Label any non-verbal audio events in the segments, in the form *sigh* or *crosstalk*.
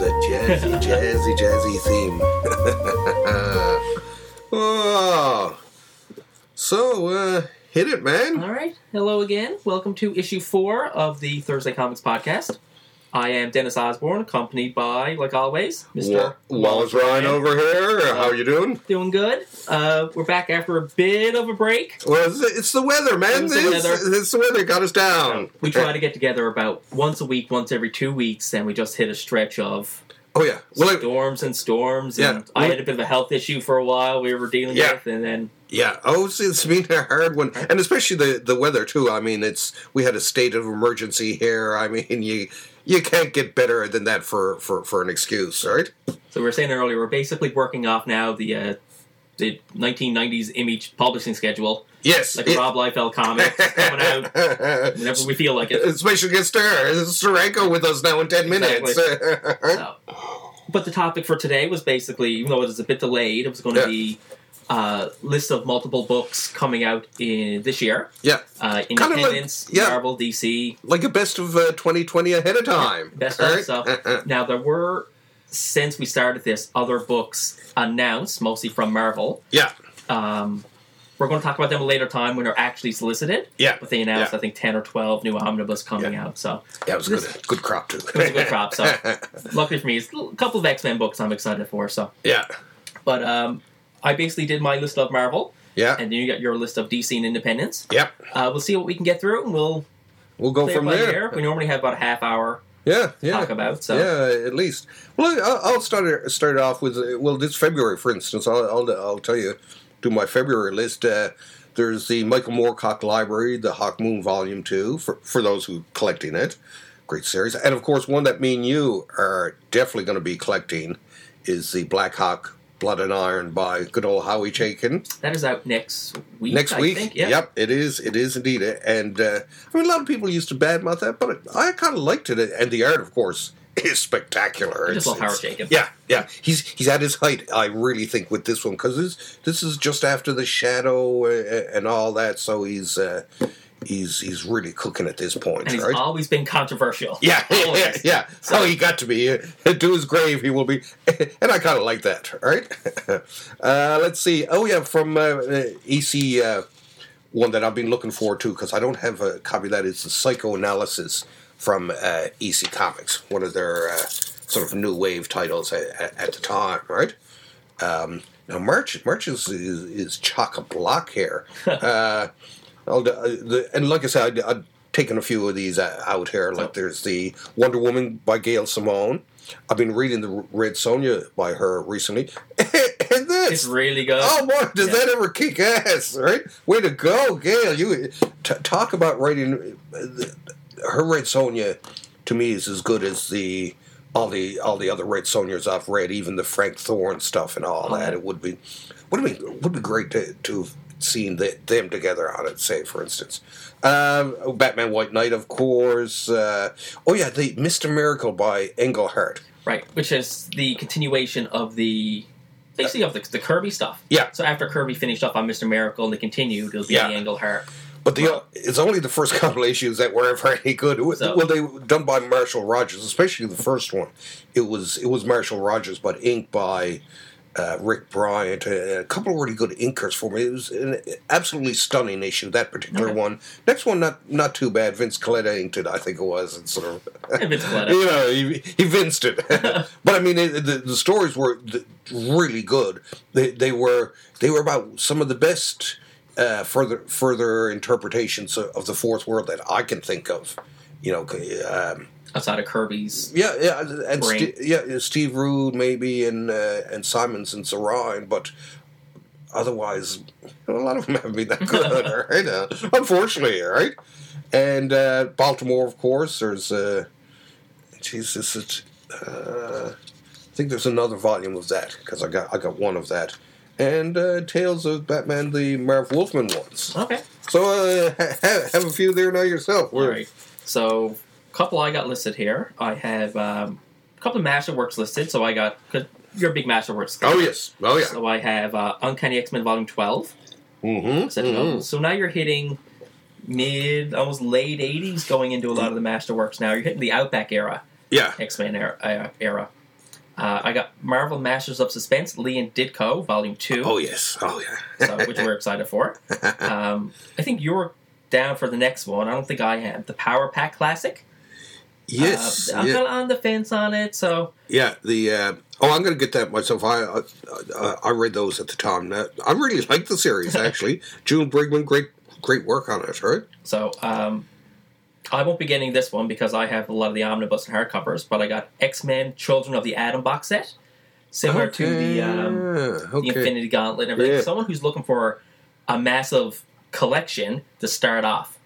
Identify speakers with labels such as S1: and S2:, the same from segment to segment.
S1: jazzy, jazzy, jazzy theme.
S2: *laughs* Oh. So, uh, hit it, man.
S3: All right. Hello again. Welcome to issue four of the Thursday Comics Podcast. I am Dennis Osborne, accompanied by, like always, Mr.
S2: Wa- Wallace Ryan over here. How you doing?
S3: Doing good. Uh, we're back after a bit of a break.
S2: Well, it's, it's the weather, man.
S3: It's
S2: It's,
S3: the weather.
S2: it's the weather got us down.
S3: We try to get together about once a week, once every two weeks, and we just hit a stretch of
S2: Oh yeah. Well, like,
S3: storms and storms.
S2: Yeah.
S3: And I had a bit of a health issue for a while we were dealing
S2: Yeah.
S3: with, and then
S2: yeah. Oh, it's, it's been a hard one, and especially the the weather too. I mean, it's we had a state of emergency here. I mean, you you can't get better than that for for for an excuse, right?
S3: So we were saying earlier, we're basically working off now the uh, the 1990s image publishing schedule,
S2: Yes.
S3: like a Rob Liefeld comic it's coming out
S2: *laughs*
S3: whenever we feel like it.
S2: Special guest star Serenko with us now in ten minutes. *laughs*
S3: So. But the topic for today was basically, even though it was a bit delayed, it was going to
S2: Yeah.
S3: be uh, list of multiple books coming out in this year.
S2: yeah,
S3: Uh,
S2: of like-
S3: Independence,
S2: yeah.
S3: Marvel, DC,
S2: like a best of uh, 2020 ahead of time.
S3: *laughs* best
S2: All
S3: of
S2: right?
S3: stuff. now there were, since we started this, other books announced, mostly from Marvel.
S2: *laughs* yeah,
S3: Um, we're going to talk about them at a later time when they're actually solicited.
S2: yeah,
S3: But they announced,
S2: Yeah.
S3: I think, 10 or 12 new omnibus coming out. So,
S2: yeah. It was a good, good crop too. It
S3: was a good crop, so. luckily for me, it's a couple of X Men books I'm excited for. So,
S2: *laughs* yeah,
S3: but um, I basically did my list of Marvel,
S2: yeah,
S3: and then you got your list of DC and Independence.
S2: yep.
S3: Uh, we'll see what we can get through, and we'll
S2: We'll go
S3: play
S2: from
S3: it by
S2: there.
S3: ear. We normally have about a half hour
S2: Yeah,
S3: to
S2: yeah.
S3: talk about. So,
S2: Yeah, at least. Well, I- I'll start start off with uh, well, this February, for instance, I'll I'll, I'll tell you, do my February list. Uh, there's the Michael Moorcock Library, the Hawk Moon Volume Two, for for those who collecting it. Great series, and of course, one that me and you are definitely going to be collecting is the Black Hawk Blood and Iron by good old Howie Chaikin
S3: that is out next week.
S2: next
S3: I
S2: week.
S3: Think. Yeah.
S2: Yep, it is. It is indeed. And uh, I mean, a lot of people used to badmouth that, but I kind of liked it. And the art, of course, *laughs* is spectacular.
S3: I just love Howard
S2: It's-
S3: Jacob.
S2: Yeah, yeah. He's he's at his height. I really think with this one because this this is just after the shadow uh, and all that. So he's uh, he's he's really cooking at this point,
S3: And he's
S2: right?
S3: always been controversial.
S2: *laughs* yeah, yeah,
S3: Always.
S2: yeah.
S3: So-
S2: So he got to be *laughs* uh, to his grave. He will be, *laughs* and I kind of like that. All right. *laughs* uh, let's see. Oh yeah, from uh, uh, EC uh, one that I've been looking for too because I don't have a copy. of That is the psychoanalysis from uh, EC Comics, one of their uh, sort of new wave titles at, at the time. Right. Um, now March March is is, is chock a block here. uh, I'll, d- uh, the, and like I said, I'd, I'd taken a few of these uh, out here. Like there's the Wonder Woman by Gail Simone. I've been reading the Red Sonja by her recently, *laughs* and
S3: It's
S2: this.
S3: really good.
S2: Oh boy, does
S3: Yeah.
S2: that ever kick ass, right? Way to go, Gail! You t- talk about writing. uh, the- Her Red Sonja, to me, is as good as the all the all the other Red Sonjas I've read, even the Frank Thorne stuff and all
S3: Oh,
S2: that.
S3: yeah.
S2: It would be would be would be great to to have seen the, them together on it. Say, for instance, um, oh, Batman White Knight, of course. Uh, oh yeah, the Mister Miracle by Engelhart.
S3: Right, which is the continuation of the basically of the, the Kirby stuff.
S2: Yeah.
S3: So after Kirby finished up on Mister Miracle and they continued, it'll be
S2: Yeah.
S3: the
S2: *laughs*
S3: Engelhart.
S2: But the it's only the first *laughs* couple issues that were ever any good. It was-
S3: So-
S2: well, they were done by Marshall Rogers, especially the first one. It was it was Marshall Rogers, but inked by uh, Rick Bryant. Uh, A, a couple of really good inkers for me. It was an absolutely stunning issue. That particular
S3: Okay.
S2: one. Next one, not not too bad. Vince Coletta inked it, I think it was, and sort of
S3: And Vince Coletta.
S2: you know, he, he vinced it. but I mean, it, the, the stories were th- really good. They, they were they were about some of the best uh, further further interpretations of, of the fourth world that I can think of. You know, c- um,
S3: outside of Kirby's.
S2: yeah, yeah, and
S3: Brain.
S2: St- yeah, Steve Rude maybe, and uh, and Simons and Sarine, but otherwise, a lot of them haven't been that good,
S3: *laughs*
S2: right? Uh, unfortunately, right? And uh, Baltimore, of course. There's, uh, Jesus, it. Uh, I think there's another volume of that because I got I got one of that, and uh, Tales of Batman, the Marv Wolfman ones.
S3: Okay.
S2: So uh, ha- ha- have a few there now yourself.
S3: All right. So, couple I got listed here. I have um, a couple of Master Works listed. So I got 'cause you're a big Master Works.
S2: Oh yes. Oh yeah.
S3: So I have uh, Uncanny X Men Volume Twelve.
S2: Mm-hmm.
S3: So, so now you're hitting mid, almost late '80s, going into a lot of the Master Works. Now you're hitting the Outback era,
S2: Yeah.
S3: X Men era. era. Uh, I got Marvel Masters of Suspense, Lee and Ditko, Volume Two,
S2: Oh yes. Oh yeah.
S3: so, which we're excited
S2: *laughs*
S3: for. Um, I think you're down for the next one. I don't think I am. The Power Pack Classic.
S2: Yes.
S3: Uh, I'm
S2: yeah.
S3: kind of on the fence on it, so
S2: Yeah, the uh, oh, I'm going to get that myself. I, I I read those at the time. Uh, I really liked the
S3: *laughs*
S2: series actually. June Brigman, great great work on it. Right?
S3: so um, I won't be getting this one because I have a lot of the omnibus and hardcovers. But I got X Men: Children of the Atom box set, similar to the um,
S2: Yeah,
S3: the
S2: okay.
S3: Infinity Gauntlet and everything.
S2: Yeah.
S3: Someone who's looking for a massive collection to start off.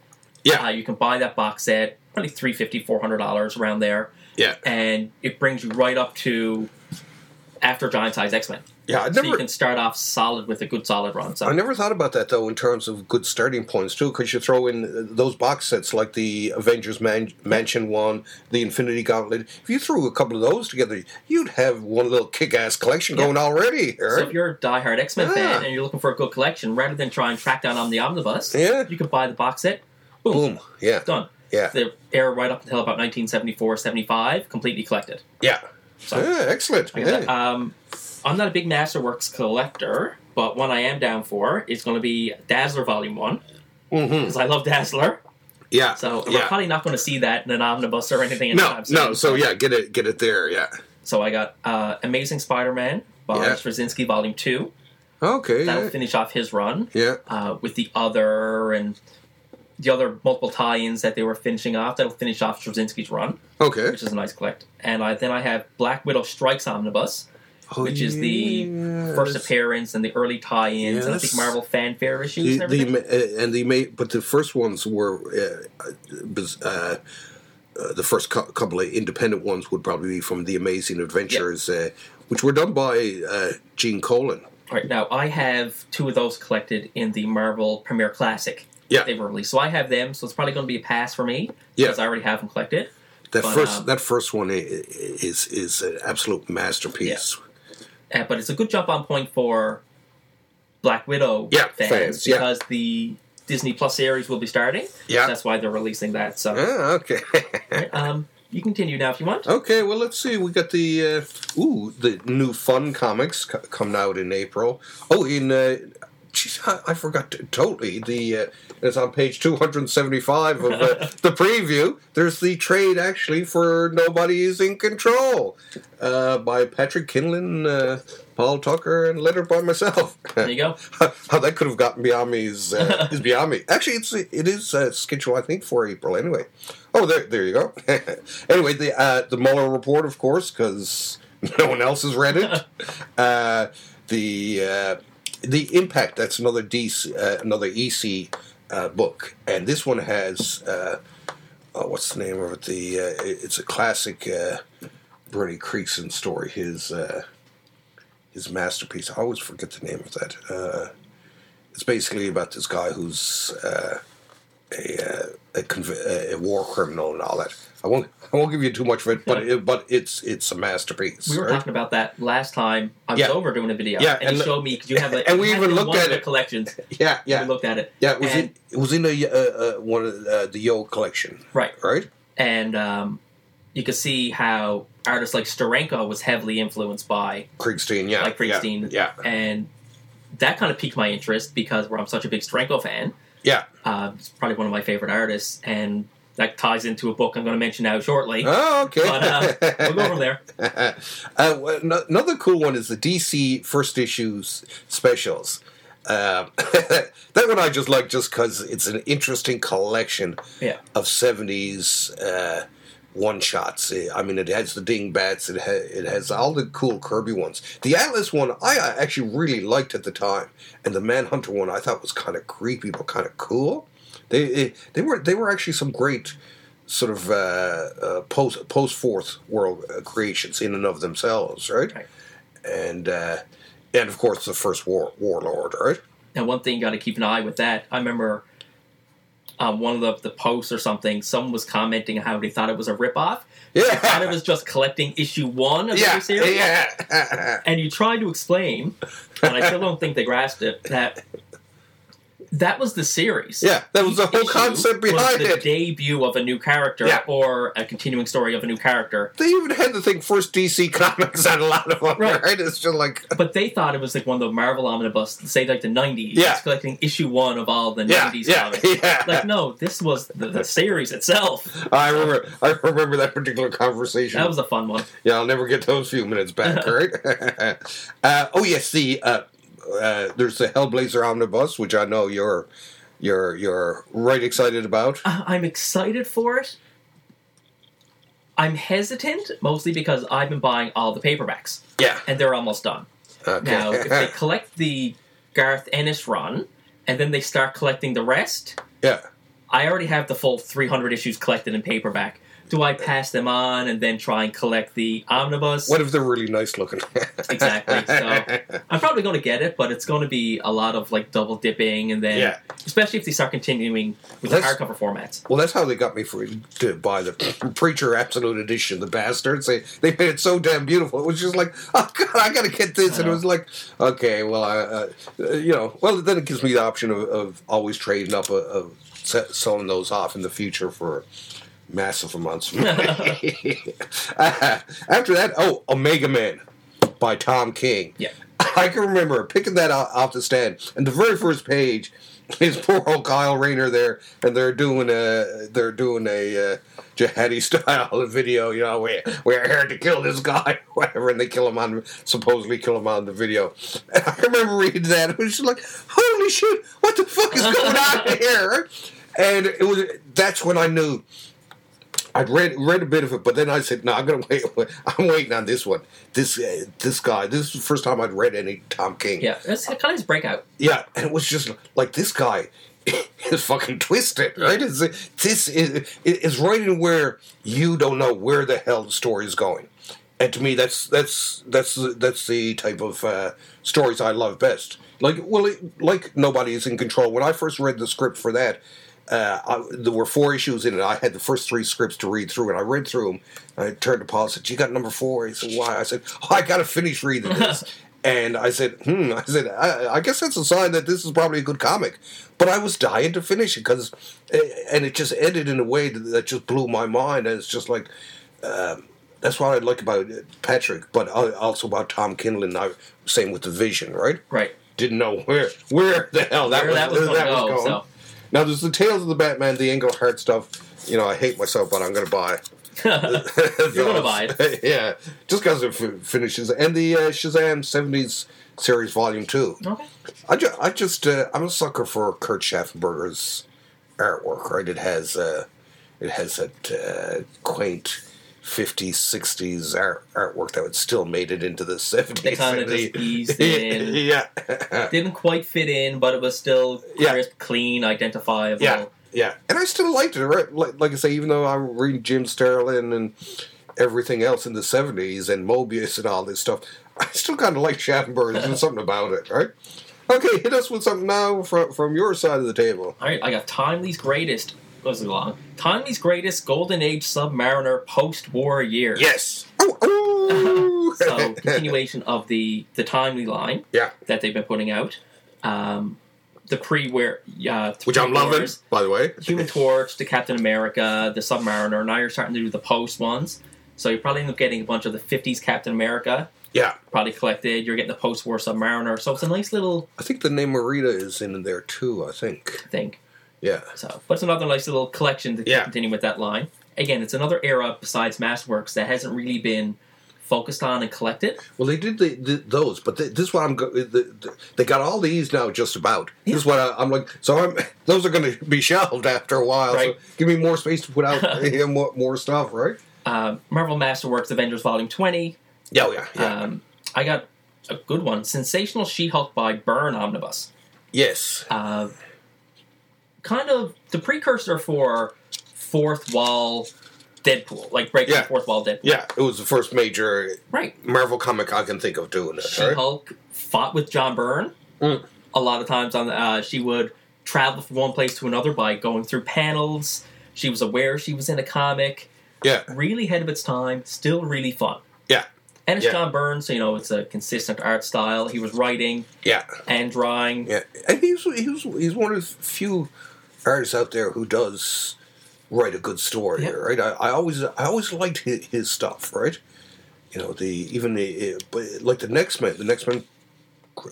S2: Yeah.
S3: Uh, you can buy that box set, probably $350, $400 around there,
S2: yeah,
S3: and it brings you right up to after Giant Size X Men.
S2: yeah. I
S3: So you
S2: never
S3: can start off solid with a good solid run. So
S2: I never thought about that though in terms of good starting points too, because you throw in uh, those box sets like the Avengers Man- Mansion one, the Infinity Gauntlet. If you threw a couple of those together, you'd have one little kick-ass collection
S3: Yeah.
S2: going already. all
S3: So
S2: right?
S3: if you're a diehard X Men
S2: Yeah.
S3: fan and you're looking for a good collection, rather than try and track down on the omnibus,
S2: Yeah.
S3: you can buy the box set. Boom,
S2: Boom. Yeah.
S3: done.
S2: Yeah.
S3: They air right up until about 1974, 75, completely collected.
S2: Yeah.
S3: So-
S2: yeah excellent.
S3: I got that.
S2: Yeah.
S3: Um, I'm not a big Masterworks collector, but one I am down for is going to be Dazzler Volume One
S2: hmm
S3: because I love Dazzler.
S2: Yeah.
S3: So we're
S2: yeah.
S3: probably not going to see that in an omnibus or anything.
S2: No,
S3: anytime soon.
S2: no. So yeah, get it, get it there. Yeah.
S3: So I got uh, Amazing Spider-Man by
S2: Yeah.
S3: Straczynski Volume Two.
S2: Okay.
S3: That'll
S2: Yeah.
S3: finish off his run
S2: yeah.
S3: uh, with the other and the other multiple tie-ins that they were finishing off. That'll finish off Straczynski's run,
S2: Okay.
S3: which is a nice collect. And I, then I have Black Widow Strikes Omnibus.
S2: Oh,
S3: which is the
S2: yes.
S3: first appearance and the early tie-ins and I think
S2: Yes.
S3: Marvel fanfare issues
S2: The,
S3: and everything.
S2: the uh, and the ma- but the first ones were uh, bes- uh, uh, the first cou- couple of independent ones would probably be from the Amazing Adventures, uh, which were done by uh, Gene Colan.
S3: All right, now I have two of those collected in the Marvel Premiere Classic.
S2: Yeah.
S3: They were released, so I have them. So it's probably going to be a pass for me
S2: Yeah.
S3: because I already have them collected.
S2: That
S3: But,
S2: first
S3: um,
S2: that first one i- i- is is an absolute masterpiece.
S3: Uh, but it's a good jump on point for Black Widow
S2: Yeah,
S3: fans,
S2: fans, yeah.
S3: because the Disney Plus series will be starting.
S2: Yeah.
S3: that's why they're releasing that. So
S2: Ah, okay. *laughs*
S3: um, you continue now if you want.
S2: Okay, well, let's see. We got the uh, ooh the new fun comics c- coming out in April. Oh, in uh, geez, I, I forgot to, totally. The uh, it's on page two hundred and seventy five of uh, the preview. There's the trade actually for Nobody Is in Control uh, by Patrick Kinlan, uh, Paul Tucker, and letter by myself. *laughs*
S3: There you go.
S2: How that could have gotten beyond me is, uh, is beyond me. Actually, it's it is uh, scheduled, I think, for April. Anyway, oh there there you go. *laughs* anyway, the uh, the Mueller report, of course, because *laughs* no one else has read it. uh, the uh, the impact. That's another DC, uh, another EC uh, book, and this one has uh, oh, what's the name of it? The uh, it- it's a classic uh, Bernie Creekson story. His uh, his masterpiece. I always forget the name of that. Uh, it's basically about this guy who's uh, a, uh, a, conv- a war criminal and all that. I won't. I won't give you too much of it, but it, but it's it's a masterpiece.
S3: We were
S2: right?
S3: talking about that last time. I was
S2: Yeah.
S3: over doing a video,
S2: Yeah,
S3: and,
S2: and
S3: you
S2: look-
S3: showed me because you have
S2: *laughs*
S3: a
S2: and we
S3: you had
S2: even
S3: in
S2: looked
S3: one
S2: at
S3: of the
S2: it. *laughs*
S3: collections.
S2: Yeah, yeah,
S3: We looked at it.
S2: yeah. It was
S3: and,
S2: in it was in a uh, uh, one of uh, the Yo collection,
S3: right,
S2: right?
S3: and um, you could see how artists like Starenko was heavily influenced by,
S2: Kriegstein, yeah,
S3: Like Kriegstein.
S2: yeah,
S3: and that kind of piqued my interest because where I'm such a big Starenko fan,
S2: yeah.
S3: uh, it's probably one of my favorite artists, and that ties into a book I'm going to mention now shortly.
S2: Oh, okay.
S3: But uh, we'll go from there.
S2: *laughs* uh, well, no- another cool one is the DC first issues specials. Um, *laughs* that one I just like just because it's an interesting collection
S3: Yeah.
S2: of seventies uh, one shots. I mean, it has the Dingbats. It ha- it has all the cool Kirby ones. The Atlas one I uh, actually really liked at the time, and the Manhunter one I thought was kind of creepy but kind of cool. They it, they were they were actually some great sort of uh, uh, post post fourth world uh, creations in and of themselves, right?
S3: Right.
S2: And uh, and of course the first war warlord, right?
S3: Now, one thing you got to keep an eye with that. I remember um, one of the, the posts or something, someone was commenting how they thought it was a ripoff. They thought it
S2: Yeah,
S3: was just collecting issue one of
S2: yeah,
S3: the
S2: *laughs*
S3: series.
S2: yeah.
S3: And you tried to explain, and I still don't think they grasped it, that that was the series.
S2: Yeah, that was the whole
S3: issue
S2: concept
S3: was
S2: behind
S3: the
S2: it.
S3: debut of a new character
S2: Yeah.
S3: or a continuing story of a new character.
S2: They even had the thing first DC comics had a lot of them,
S3: Right.
S2: right? It's just like
S3: But they thought it was like one of the Marvel omnibus, say like the nineties.
S2: Yeah.
S3: It's collecting issue one of all the
S2: yeah,
S3: nineties
S2: yeah, *laughs*
S3: comics.
S2: yeah.
S3: Like no, this was the, the series itself.
S2: I remember, I remember that particular conversation.
S3: That was a fun one.
S2: Yeah, I'll never get those few minutes
S3: *laughs*
S2: back, all right? *laughs* uh, oh yes, the uh, uh, there's the Hellblazer omnibus, which I know you're you're you're right excited about.
S3: I- I'm excited for it. I'm hesitant mostly because I've been buying all the paperbacks
S2: Yeah.
S3: and they're almost done.
S2: Okay.
S3: Now,
S2: *laughs*
S3: if they collect the Garth Ennis run and then they start collecting the rest,
S2: yeah.
S3: I already have the full 300 issues collected in paperback. Do I pass them on and then try and collect the omnibus?
S2: What if they're really nice looking?
S3: *laughs*
S2: *laughs*
S3: Exactly, so- I'm probably going to get it, but it's going to be a lot of like double dipping and then,
S2: Yeah.
S3: especially if they start continuing with
S2: Let's-
S3: the hardcover formats.
S2: Well, that's how they got me for to buy the Preacher Absolute Edition, the bastards. They they made it so damn beautiful. It was just like, *laughs* oh god, I gotta get this, and it was like, okay, well, I, uh, uh, you know, well, then it gives me the option of, of always trading up, uh, of se- selling those off in the future for massive amounts. Of money. *laughs* Uh, after that, oh, Omega Man by Tom King.
S3: Yeah.
S2: *laughs* I can remember picking that out off the stand, and the very first page is poor old Kyle Rayner there, and they're doing a they're doing a uh, jihadi style *laughs* video. You know, we're we're here to kill this guy, *laughs* whatever, and they kill him on supposedly kill him on the video. *laughs* And I remember reading that. It was just like, holy shit, what the fuck is going on here? And it was that's when I knew. I'd read read a bit of it, but then I said, "No, I'm gonna *laughs* wait. I'm waiting on this one. This uh, this guy. This is the first time I'd read any Tom King.
S3: Yeah, that's kind of his breakout.
S2: yeah. And it was just like this guy *laughs* is fucking twisted, right? It's, this is is writing where you don't know where the hell the story is going, and to me, that's that's that's that's the type of uh, stories I love best. Like well, it- like nobody is in control. When I first read the script for that, uh, I, there were four issues in it. I had the first three scripts to read through, and I read through them. I turned to Paul and said, "You got number four? He said, "Why?" I said, oh, "I got to finish reading this." and I said, "Hmm." I said, I, "I guess that's a sign that this is probably a good comic." But I was dying to finish it because, and it just ended in a way that, that just blew my mind. And it's just like. Um, that's what I like about Patrick, but al- also about Tom Kinlan. I, same with the Vision, right?
S3: Right.
S2: Didn't know where where the hell that
S3: Where
S2: was,
S3: that was
S2: that
S3: gonna
S2: was
S3: go,
S2: going.
S3: so.
S2: Now there's the Tales of the Batman, the Engelhart stuff. You know, I hate myself, but I'm going to buy. *laughs*
S3: You're gonna buy
S2: it, *laughs* yeah, just because it f- finishes and the uh, Shazam '70s series Volume Two.
S3: Okay.
S2: I, ju- I just uh, I'm a sucker for Kurt Schaffenberger's artwork. Right, it has uh, it has that uh, quaint. 50s, 60s art, artwork that would still made it into the *laughs* 70s.
S3: They kinda
S2: and the- *laughs*
S3: just eased in.
S2: Yeah.
S3: Didn't quite fit in, but it was still
S2: Yeah.
S3: crisp, clean, identifiable.
S2: Yeah, yeah, and I still liked it. Right? Like, like I say, even though I'm reading Jim Sterling and everything else in the '70s and Mobius and all this stuff, I still kind of like Schaffenberg. There's something about it, right? Okay, hit us with something now from from your side of the table.
S3: All right, I got Timely's greatest. Was it long? Timely's greatest Golden Age Submariner post-war year.
S2: Yes. Oh, oh.
S3: *laughs*
S2: *laughs*
S3: so continuation of the the Timely line
S2: yeah,
S3: that they've been putting out. Um, the pre-war, uh,
S2: which I'm loving,
S3: pre-wars,
S2: by the way. *laughs*
S3: Human Torch, the Captain America, the Submariner. Now you're starting to do the post ones, so you probably end up getting a bunch of the '50s Captain America
S2: Yeah,
S3: probably collected. You're getting the post-war Submariner, so it's a nice little
S2: I think the name Marita is in there too. I think.
S3: thing.
S2: Yeah.
S3: So, but it's another nice little collection to
S2: Yeah.
S3: continue with that line. Again, it's another era besides Massworks that hasn't really been focused on and collected.
S2: Well, they did the, the, those, but th this one I'm go- the, the, they got all these now just about. This is what I, I'm like. So I'm *laughs* those are going to be shelved after a while.
S3: Right.
S2: So give me more space to put
S3: *laughs*
S2: out yeah, more, more stuff, right?
S3: Um, Marvel Masterworks Avengers Volume 20.
S2: Yeah, yeah, yeah.
S3: Um, I got a good one Sensational She Hulk by Byrne Omnibus.
S2: yes,
S3: Uh, kind of the precursor for Fourth Wall Deadpool, like breaking
S2: Yeah.
S3: the Fourth Wall Deadpool.
S2: yeah. It was the first major
S3: Right.
S2: Marvel comic I can think of doing it.
S3: She
S2: right?
S3: Hulk fought with John Byrne.
S2: Mm.
S3: A lot of times, on uh, she would travel from one place to another by going through panels. She was aware she was in a comic.
S2: Yeah,
S3: Really ahead of its time. Still really fun.
S2: yeah.
S3: And it's
S2: Yeah.
S3: John Burns, so you know it's a consistent art style. He was writing
S2: Yeah,
S3: and drawing.
S2: yeah. And he's he's he's one of the few artists out there who does write a good story.
S3: Yeah.
S2: Right. I, I always I always liked his, his stuff. Right. You know the even the eh, but like the next man the next man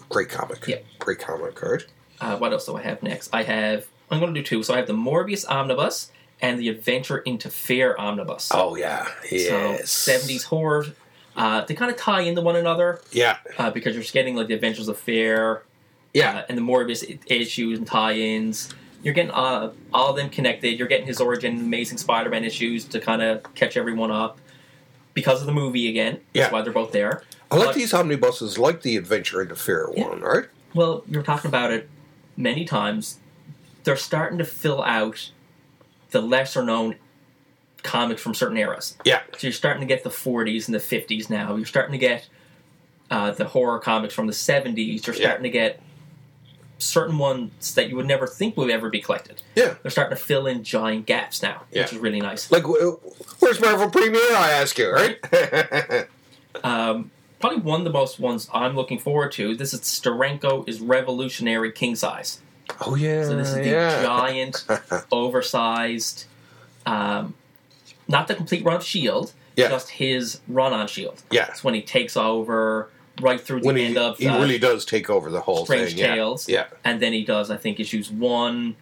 S2: great comic
S3: Yeah.
S2: great comic right
S3: Uh, what else do I have next? I have I'm going to do two. So I have the Morbius Omnibus and the Adventure into Fear Omnibus.
S2: oh yeah yes
S3: So 70s horror. Uh, they kind of tie into one another
S2: yeah
S3: uh, because you're just getting like the Adventures of Fear
S2: yeah
S3: uh, and the Morbius i- issues and tie-ins. You're getting uh, all of them connected. You're getting his origin, Amazing Spider-Man issues to kind of catch everyone up because of the movie again.
S2: Yeah.
S3: That's why they're both there.
S2: I like
S3: Uh, but-
S2: these omnibuses like the Adventure into Fear
S3: Yeah.
S2: one right
S3: Well, you were talking about it many times. They're starting to fill out the lesser-known comics from certain eras.
S2: yeah
S3: So you're starting to get the 40s and the 50s now. You're starting to get uh, the horror comics from the 70s. You're
S2: Yeah.
S3: starting to get certain ones that you would never think would ever be collected.
S2: yeah
S3: They're starting to fill in giant gaps now,
S2: Yeah.
S3: which is really nice.
S2: Like, wh- where's Marvel Premiere? I ask you, right? *laughs*
S3: Um, probably one of the most ones I'm looking forward to. This is Starenko is Revolutionary King Size.
S2: oh yeah,
S3: So this is the
S2: yeah, *laughs*
S3: giant, oversized, um, not the complete run of Shield,
S2: Yeah.
S3: E just his run on Shield.
S2: yeah.
S3: That's when he takes over right through the
S2: When he,
S3: end of
S2: he
S3: uh,
S2: really does take over the whole
S3: Strange
S2: thing. yeah.
S3: Tales.
S2: Yeah,
S3: and then he does I think issues one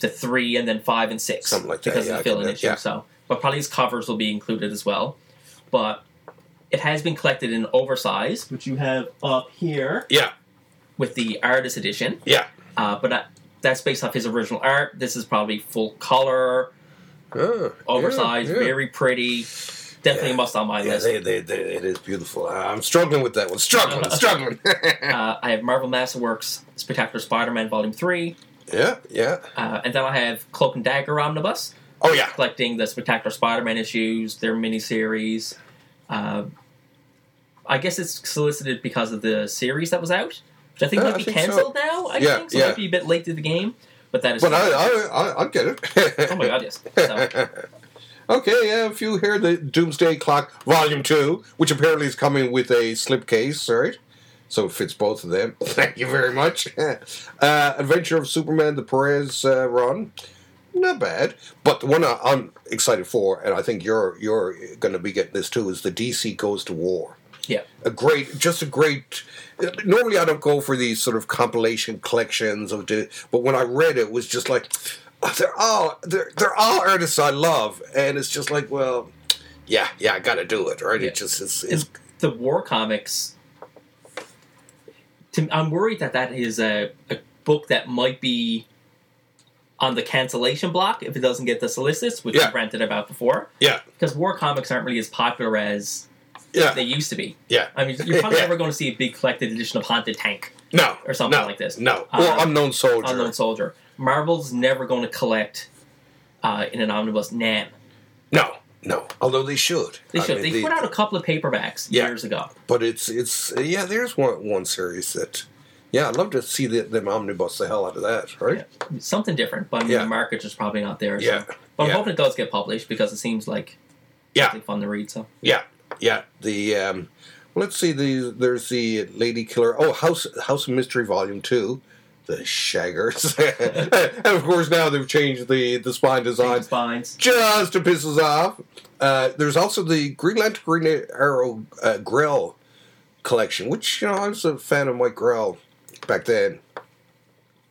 S3: to three, and then five and six,
S2: Something like that,
S3: because
S2: yeah,
S3: of
S2: I
S3: the
S2: can
S3: fill-in
S2: do-
S3: issue.
S2: yeah.
S3: So, but probably his covers will be included as well. But it has been collected in oversized, which you have up here
S2: yeah,
S3: with the artist edition.
S2: yeah.
S3: Uh, but that, that's based off his original art. This is probably full color,
S2: Oh,
S3: oversized,
S2: yeah, yeah.
S3: very pretty. Definitely
S2: Yeah.
S3: a must on my
S2: Yeah,
S3: list.
S2: they, they, they, it is beautiful. I- I'm struggling with that one. Struggling,
S3: Uh-huh.
S2: struggling. *laughs*
S3: uh, I have Marvel Masterworks Spectacular Spider-Man Volume Three,
S2: yeah, yeah.
S3: uh, and then I have Cloak and Dagger Omnibus.
S2: Oh yeah,
S3: collecting the Spectacular Spider-Man issues, their miniseries. Uh, I guess it's solicited because of the series that was out, which I think
S2: Yeah,
S3: might
S2: I
S3: be
S2: think
S3: cancelled now. I
S2: Yeah,
S3: think so.
S2: yeah.
S3: Might be a bit late to the game, but that is.
S2: but I, I, I, I get it. *laughs*
S3: oh my god, yes. So,
S2: okay, yeah. If you hear the Doomsday Clock Volume Two, which apparently is coming with a slipcase, right? So it fits both of them. *laughs* Thank you very much. *laughs* uh, Adventure of Superman: The Perez uh, Run, not bad. But the one I, I'm excited for, and I think you're you're going to be getting this too, is the DC Goes to War
S3: yeah,
S2: a great, just a great. Normally, I don't go for these sort of compilation collections of, the- but when I read it, it was just like, oh, they're all they're they're all artists I love, and it's just like, well, yeah, yeah, I got to do it, right?
S3: Yeah.
S2: It just it's, it's
S3: And the War comics. To, I'm worried that that is a, a book that might be on the cancellation block if it doesn't get the solicits, which
S2: Yeah.
S3: we ranted about before.
S2: yeah,
S3: Because war comics aren't really as popular as they
S2: yeah,
S3: used to be.
S2: *laughs* yeah.
S3: I mean, you're probably never going to see a big collected edition of Haunted Tank,
S2: No,
S3: or something
S2: no,
S3: like this.
S2: No,
S3: Uh,
S2: or unknown soldier.
S3: Unknown Soldier. Marvel's never going to collect uh, in an omnibus Nam.
S2: no, no. Although they should.
S3: They
S2: I
S3: should.
S2: mean,
S3: they, put out a couple of paperbacks
S2: Yeah.
S3: years ago.
S2: But it's it's yeah. There's one one series that. Yeah, I'd love to see the, them omnibus the hell out of that, right?
S3: Something different, but I mean,
S2: Yeah.
S3: the market's just probably not there. so-
S2: Yeah.
S3: But I'm
S2: Yeah.
S3: hoping it does get published because it seems like
S2: Yeah.
S3: something fun to read. So
S2: Yeah, yeah. The um, well, let's see. The there's the Lady Killer. Oh, House House of Mystery Volume Two, the Shaggers, *laughs* and of course now they've changed the the spine design
S3: spines.
S2: just to piss us off. Uh, there's also the Green Lantern Green Arrow uh, Grell collection, which you know I was a fan of Mike Grell back then.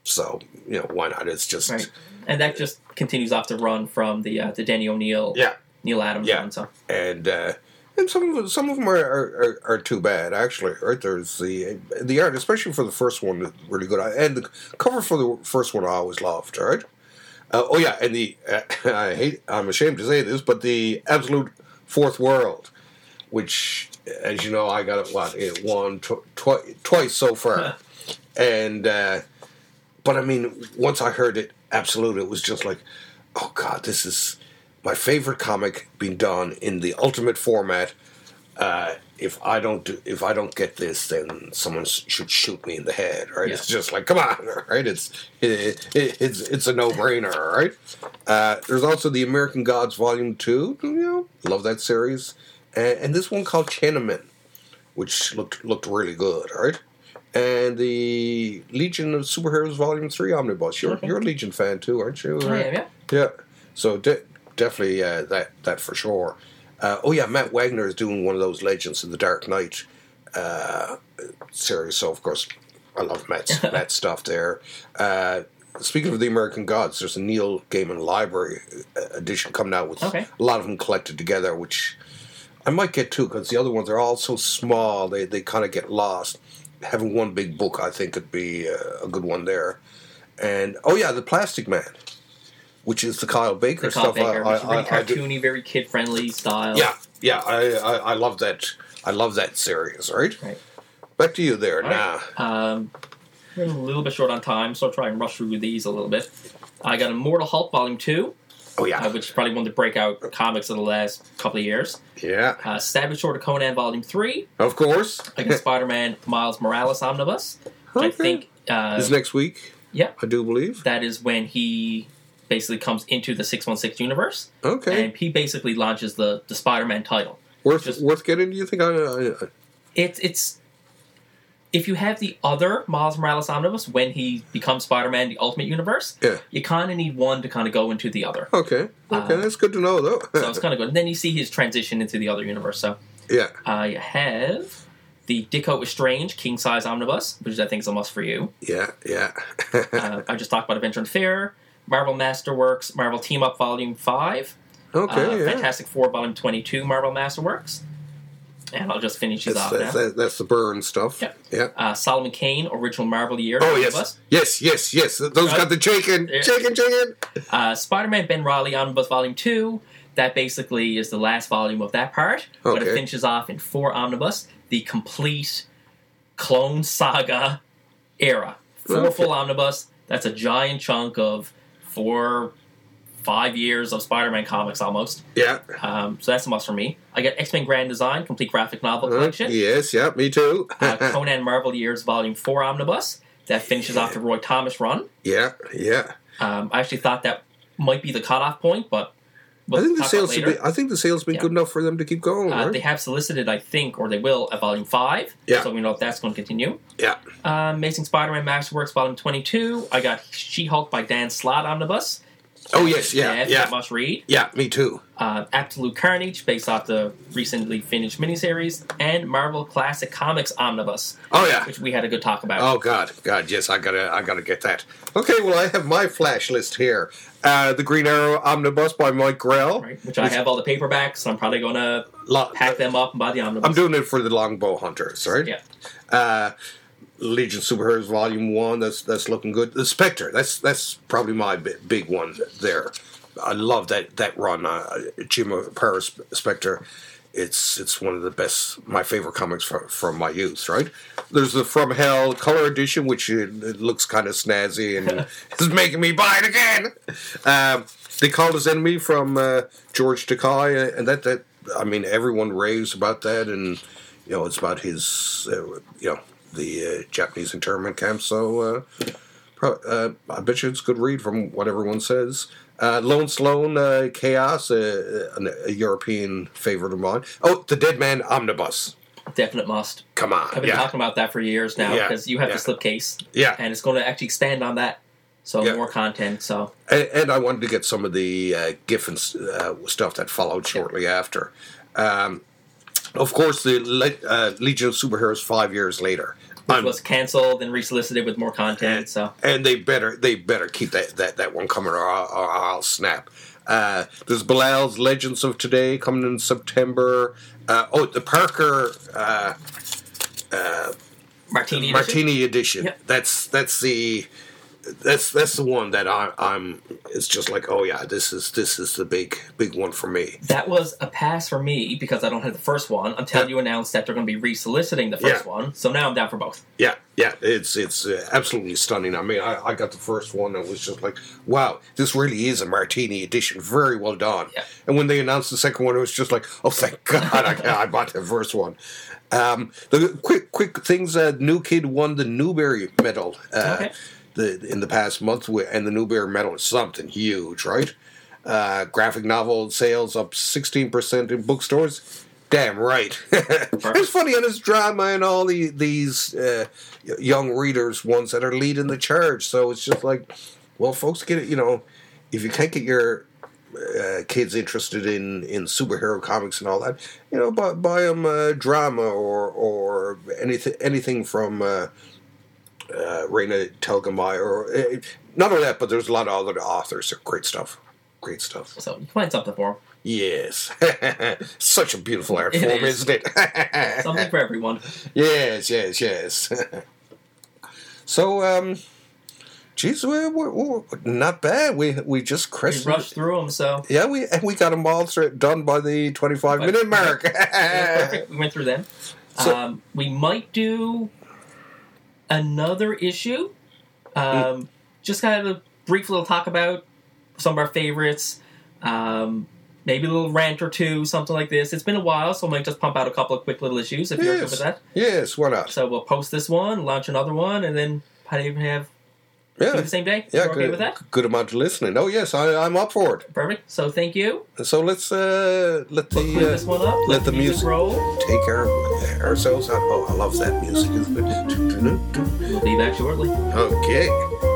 S2: So you know why not? It's just
S3: Right. And that just continues off the run from the uh, the Danny O'Neill,
S2: yeah.
S3: Neil Adams
S2: Yeah.
S3: one. So
S2: and uh, and some of some of them are, are, are, are too bad actually. Right there's the the art, especially for the first one, is really good. And the cover for the first one I always loved. Right. Uh, oh yeah, and the *laughs* uh, I hate I'm ashamed to say this, but the absolute fourth world, which as you know I got it what it won tw- twi- twice so far, and uh, but I mean once I heard it absolute, it was just like, oh god, this is my favorite comic being done in the ultimate format. Uh, if I don't do, if I don't get this, then someone s- should shoot me in the head. Right? It's just like come on, *laughs* right? It's it, it, it's it's a no brainer, right? Uh, there's also the American Gods Volume Two. You know, love that series, and, and this one called Chinaman, which looked looked really good, right? And the Legion of Superheroes Volume Three Omnibus. You're
S3: Okay.
S2: you're a Legion fan too, aren't you?
S3: Mm-hmm. I am, Oh, yeah.
S2: Yeah. So de- definitely uh, that that for sure. Uh, oh yeah, Matt Wagner is doing one of those Legends of the Dark Knight uh, series. So of course, I love Matt's Matt's stuff there. Uh, speaking of the American Gods, there's a Neil Gaiman Library uh, edition coming out with
S3: Okay.
S2: a lot of them collected together, which I might get too because the other ones are all so small they they kind of get lost. Having one big book, I think, could be uh, a good one there. And oh yeah, the Plastic Man, which is the Kyle Baker
S3: The
S2: stuff.
S3: Cop Baker,
S2: I,
S3: which is
S2: I,
S3: really
S2: I, I do-
S3: cartoony, very kid friendly style.
S2: yeah, yeah, I, I, I love that. I love that series. Right.
S3: Right.
S2: Back to you there
S3: All
S2: now.
S3: right. Um, we're a little bit short on time, so I'll try and rush through these a little bit. I got Immortal Hulk Volume 2,
S2: Oh yeah,
S3: uh, which is probably one of the breakout comics of the last couple of years.
S2: yeah.
S3: Uh, Savage Sword of Conan Volume 3,
S2: Of course. *laughs*
S3: like a Spider Man Miles Morales omnibus. Which I
S2: Okay.
S3: think uh,
S2: is next week.
S3: yeah.
S2: I do believe.
S3: that is when he basically comes into the 616 universe,
S2: Okay,
S3: and he basically launches the, the Spider Man title.
S2: worth
S3: just-
S2: worth getting. Do you think? I, I, I
S3: It's it's if you have the other Miles Morales omnibus when he becomes Spider Man the Ultimate Universe,
S2: Yeah.
S3: you kind of need one to kind of go into the other.
S2: okay, okay,
S3: Uh,
S2: that's good to know though.
S3: So it's kind of good. And then you see his transition into the other universe. So
S2: *laughs* yeah.
S3: I have the Dicko is Strange King Size Omnibus, which I think is a must
S2: *laughs*
S3: for you.
S2: Yeah, yeah.
S3: Uh, I just talked about Adventure and Fair, Marvel Masterworks, Marvel Team Up Volume 5,
S2: okay,
S3: uh,
S2: yeah.
S3: Fantastic Four Volume 22, Marvel Masterworks. And I'll just finish these
S2: That's,
S3: off
S2: that's,
S3: now.
S2: that's, that's the burn stuff.
S3: Yeah.
S2: yeah.
S3: Uh, Solomon Kane, Original Marvel Year.
S2: Oh
S3: Omnibus.
S2: yes, yes, yes, yes. Those
S3: Uh,
S2: got the chicken,
S3: yeah.
S2: chicken, chicken.
S3: Uh, Spider Man Ben Riley Omnibus Volume 2. That basically is the last volume of that part. But it
S2: Okay.
S3: finishes off in four omnibus, the complete clone saga era. Four
S2: Okay.
S3: full omnibus. That's a giant chunk of four, five years of Spider Man comics almost.
S2: Yeah.
S3: Um, so that's a must for me. I got X Men Grand Design, complete graphic novel
S2: Uh,
S3: collection.
S2: yes, yeah, me too.
S3: *laughs* uh, Conan Marvel Years Volume 4 Omnibus. That finishes off the Roy Thomas run.
S2: *laughs* yeah, yeah.
S3: Um, I actually thought that might be the cutoff point, but we'll
S2: I think the
S3: talk about
S2: sales have
S3: later.
S2: been, I think the sales have been
S3: Yeah.
S2: good enough for them to keep going,
S3: Uh,
S2: right?
S3: they have solicited, I think, or they will, at Volume 5.
S2: Yeah.
S3: So we know if that's going to continue.
S2: yeah.
S3: Uh, Amazing Spider Man Masterworks Volume 22. I got She Hulk by Dan Slott Omnibus.
S2: Oh yes, yeah,
S3: That's
S2: yeah.
S3: a must read.
S2: Yeah, me too.
S3: Uh, Absolute Carnage, based off the recently finished miniseries. And Marvel Classic Comics Omnibus,
S2: Oh yeah.
S3: which we had a good talk about.
S2: Oh God, God, yes, I gotta, I gotta get that. Okay, well, I have my flash list here. Uh, the Green Arrow Omnibus by Mike Grell.
S3: right? Which I have all the paperbacks. So I'm probably going to
S2: Lo-
S3: pack them up and buy the omnibus.
S2: I'm doing it for the Longbow Hunters, right?
S3: Yeah.
S2: Uh, Legion Superheroes Volume One. That's that's looking good. The Spectre. That's that's probably my bi- big one there. I love that that run. Uh, Jim Paris Spectre. It's it's one of the best my favorite comics from, from my youth. Right. There's the From Hell color edition, which it, it looks kind of snazzy and is making me buy it again. Um, they called his enemy from uh, George Takei, and that that I mean everyone raves about that, and you know it's about his uh, you know the uh, Japanese internment camp. So uh, pro- uh, I bet you it's a good read from what everyone says. Uh, Lone Sloan uh, Chaos, uh, uh, an- a European favorite of mine. Oh, the Dead Man Omnibus.
S3: Definite must.
S2: Come on,
S3: I've been
S2: yeah,
S3: talking about that for years now
S2: Yeah,
S3: because you have
S2: yeah.
S3: the slipcase
S2: yeah.
S3: and it's going to actually expand on that. So
S2: Yeah.
S3: more content. So
S2: And, and I wanted to get some of the uh, Giffen uh, stuff that followed shortly after. Um, of course, the Le- uh, Legion of Superheroes five years later.
S3: which
S2: I'm-
S3: was canceled and resolicited with more content. So
S2: and they better they better keep that, that, that one coming or I'll, or I'll snap. Uh, there's Bilal's Legends of Today coming in September. Uh, oh, the Parker uh,
S3: Martini, Edition.
S2: Martini edition.
S3: Yeah.
S2: That's that's the that's that's the one that I, I'm. It's just like oh yeah, this is this is the big big one for me.
S3: That was a pass for me because I don't have the first one until
S2: Yeah.
S3: you announced that they're going to be resoliciting the first
S2: Yeah.
S3: one. So now I'm down for both.
S2: Yeah, yeah, it's it's uh, absolutely stunning. I mean, I, I got the first one and it was just like, wow, this really is a martini edition. Very well done.
S3: Yeah.
S2: And when they announced the second one, it was just like, oh, thank *laughs* God, I, I bought the first one. Um, the quick quick things. Uh, New Kid won the Newbery Medal. Uh,
S3: Okay.
S2: The, in the past month, wi- and the Newbery Medal is something huge, right? Uh, graphic novel sales up sixteen percent in bookstores. Damn right. *laughs* it's funny, and it's drama, and all the these uh, y- young readers ones that are leading the charge. So it's just like, well, folks, get it. You know, if you can't get your uh, kids interested in in superhero comics and all that, you know, buy, buy them uh, drama or or anything anything from. Uh, uh, Raina Telgemeier, or uh, not only that, but there's a lot of other authors. So great stuff, great stuff.
S3: So you can find something for 'em.
S2: Yes. *laughs* Such a beautiful art
S3: It
S2: form,
S3: is.
S2: is. not it? *laughs*
S3: *laughs* Something for everyone.
S2: yes, yes, yes. *laughs* so, um, geez, we're, we're, we're not bad. We we just
S3: We
S2: crushed.
S3: rushed through them, so
S2: Yeah, we and we got them all through, done by the twenty-five
S3: By-
S2: minute mark.
S3: *laughs* yeah,
S2: *laughs*
S3: perfect. We went through them.
S2: So-
S3: um, we might do another issue. Um, Just kind of a brief little talk about some of our favorites. Um, maybe a little rant or two, something like this. It's been a while, so I might just pump out a couple of quick little issues if you're good with
S2: Yes.
S3: that.
S2: yes, why not?
S3: So we'll post this one, launch another one, and then probably even have two
S2: Yeah,
S3: the same day.
S2: yeah,
S3: You're okay
S2: good,
S3: with that?
S2: good amount of listening. Oh yes, I, I'm up for it.
S3: Perfect. So thank you.
S2: So let's uh, let
S3: We'll clean this
S2: the
S3: one up.
S2: let the music-
S3: roll.
S2: uh, take care of
S3: *laughs*
S2: ourselves. Oh, I love that music.
S3: We'll be back shortly.
S2: Okay.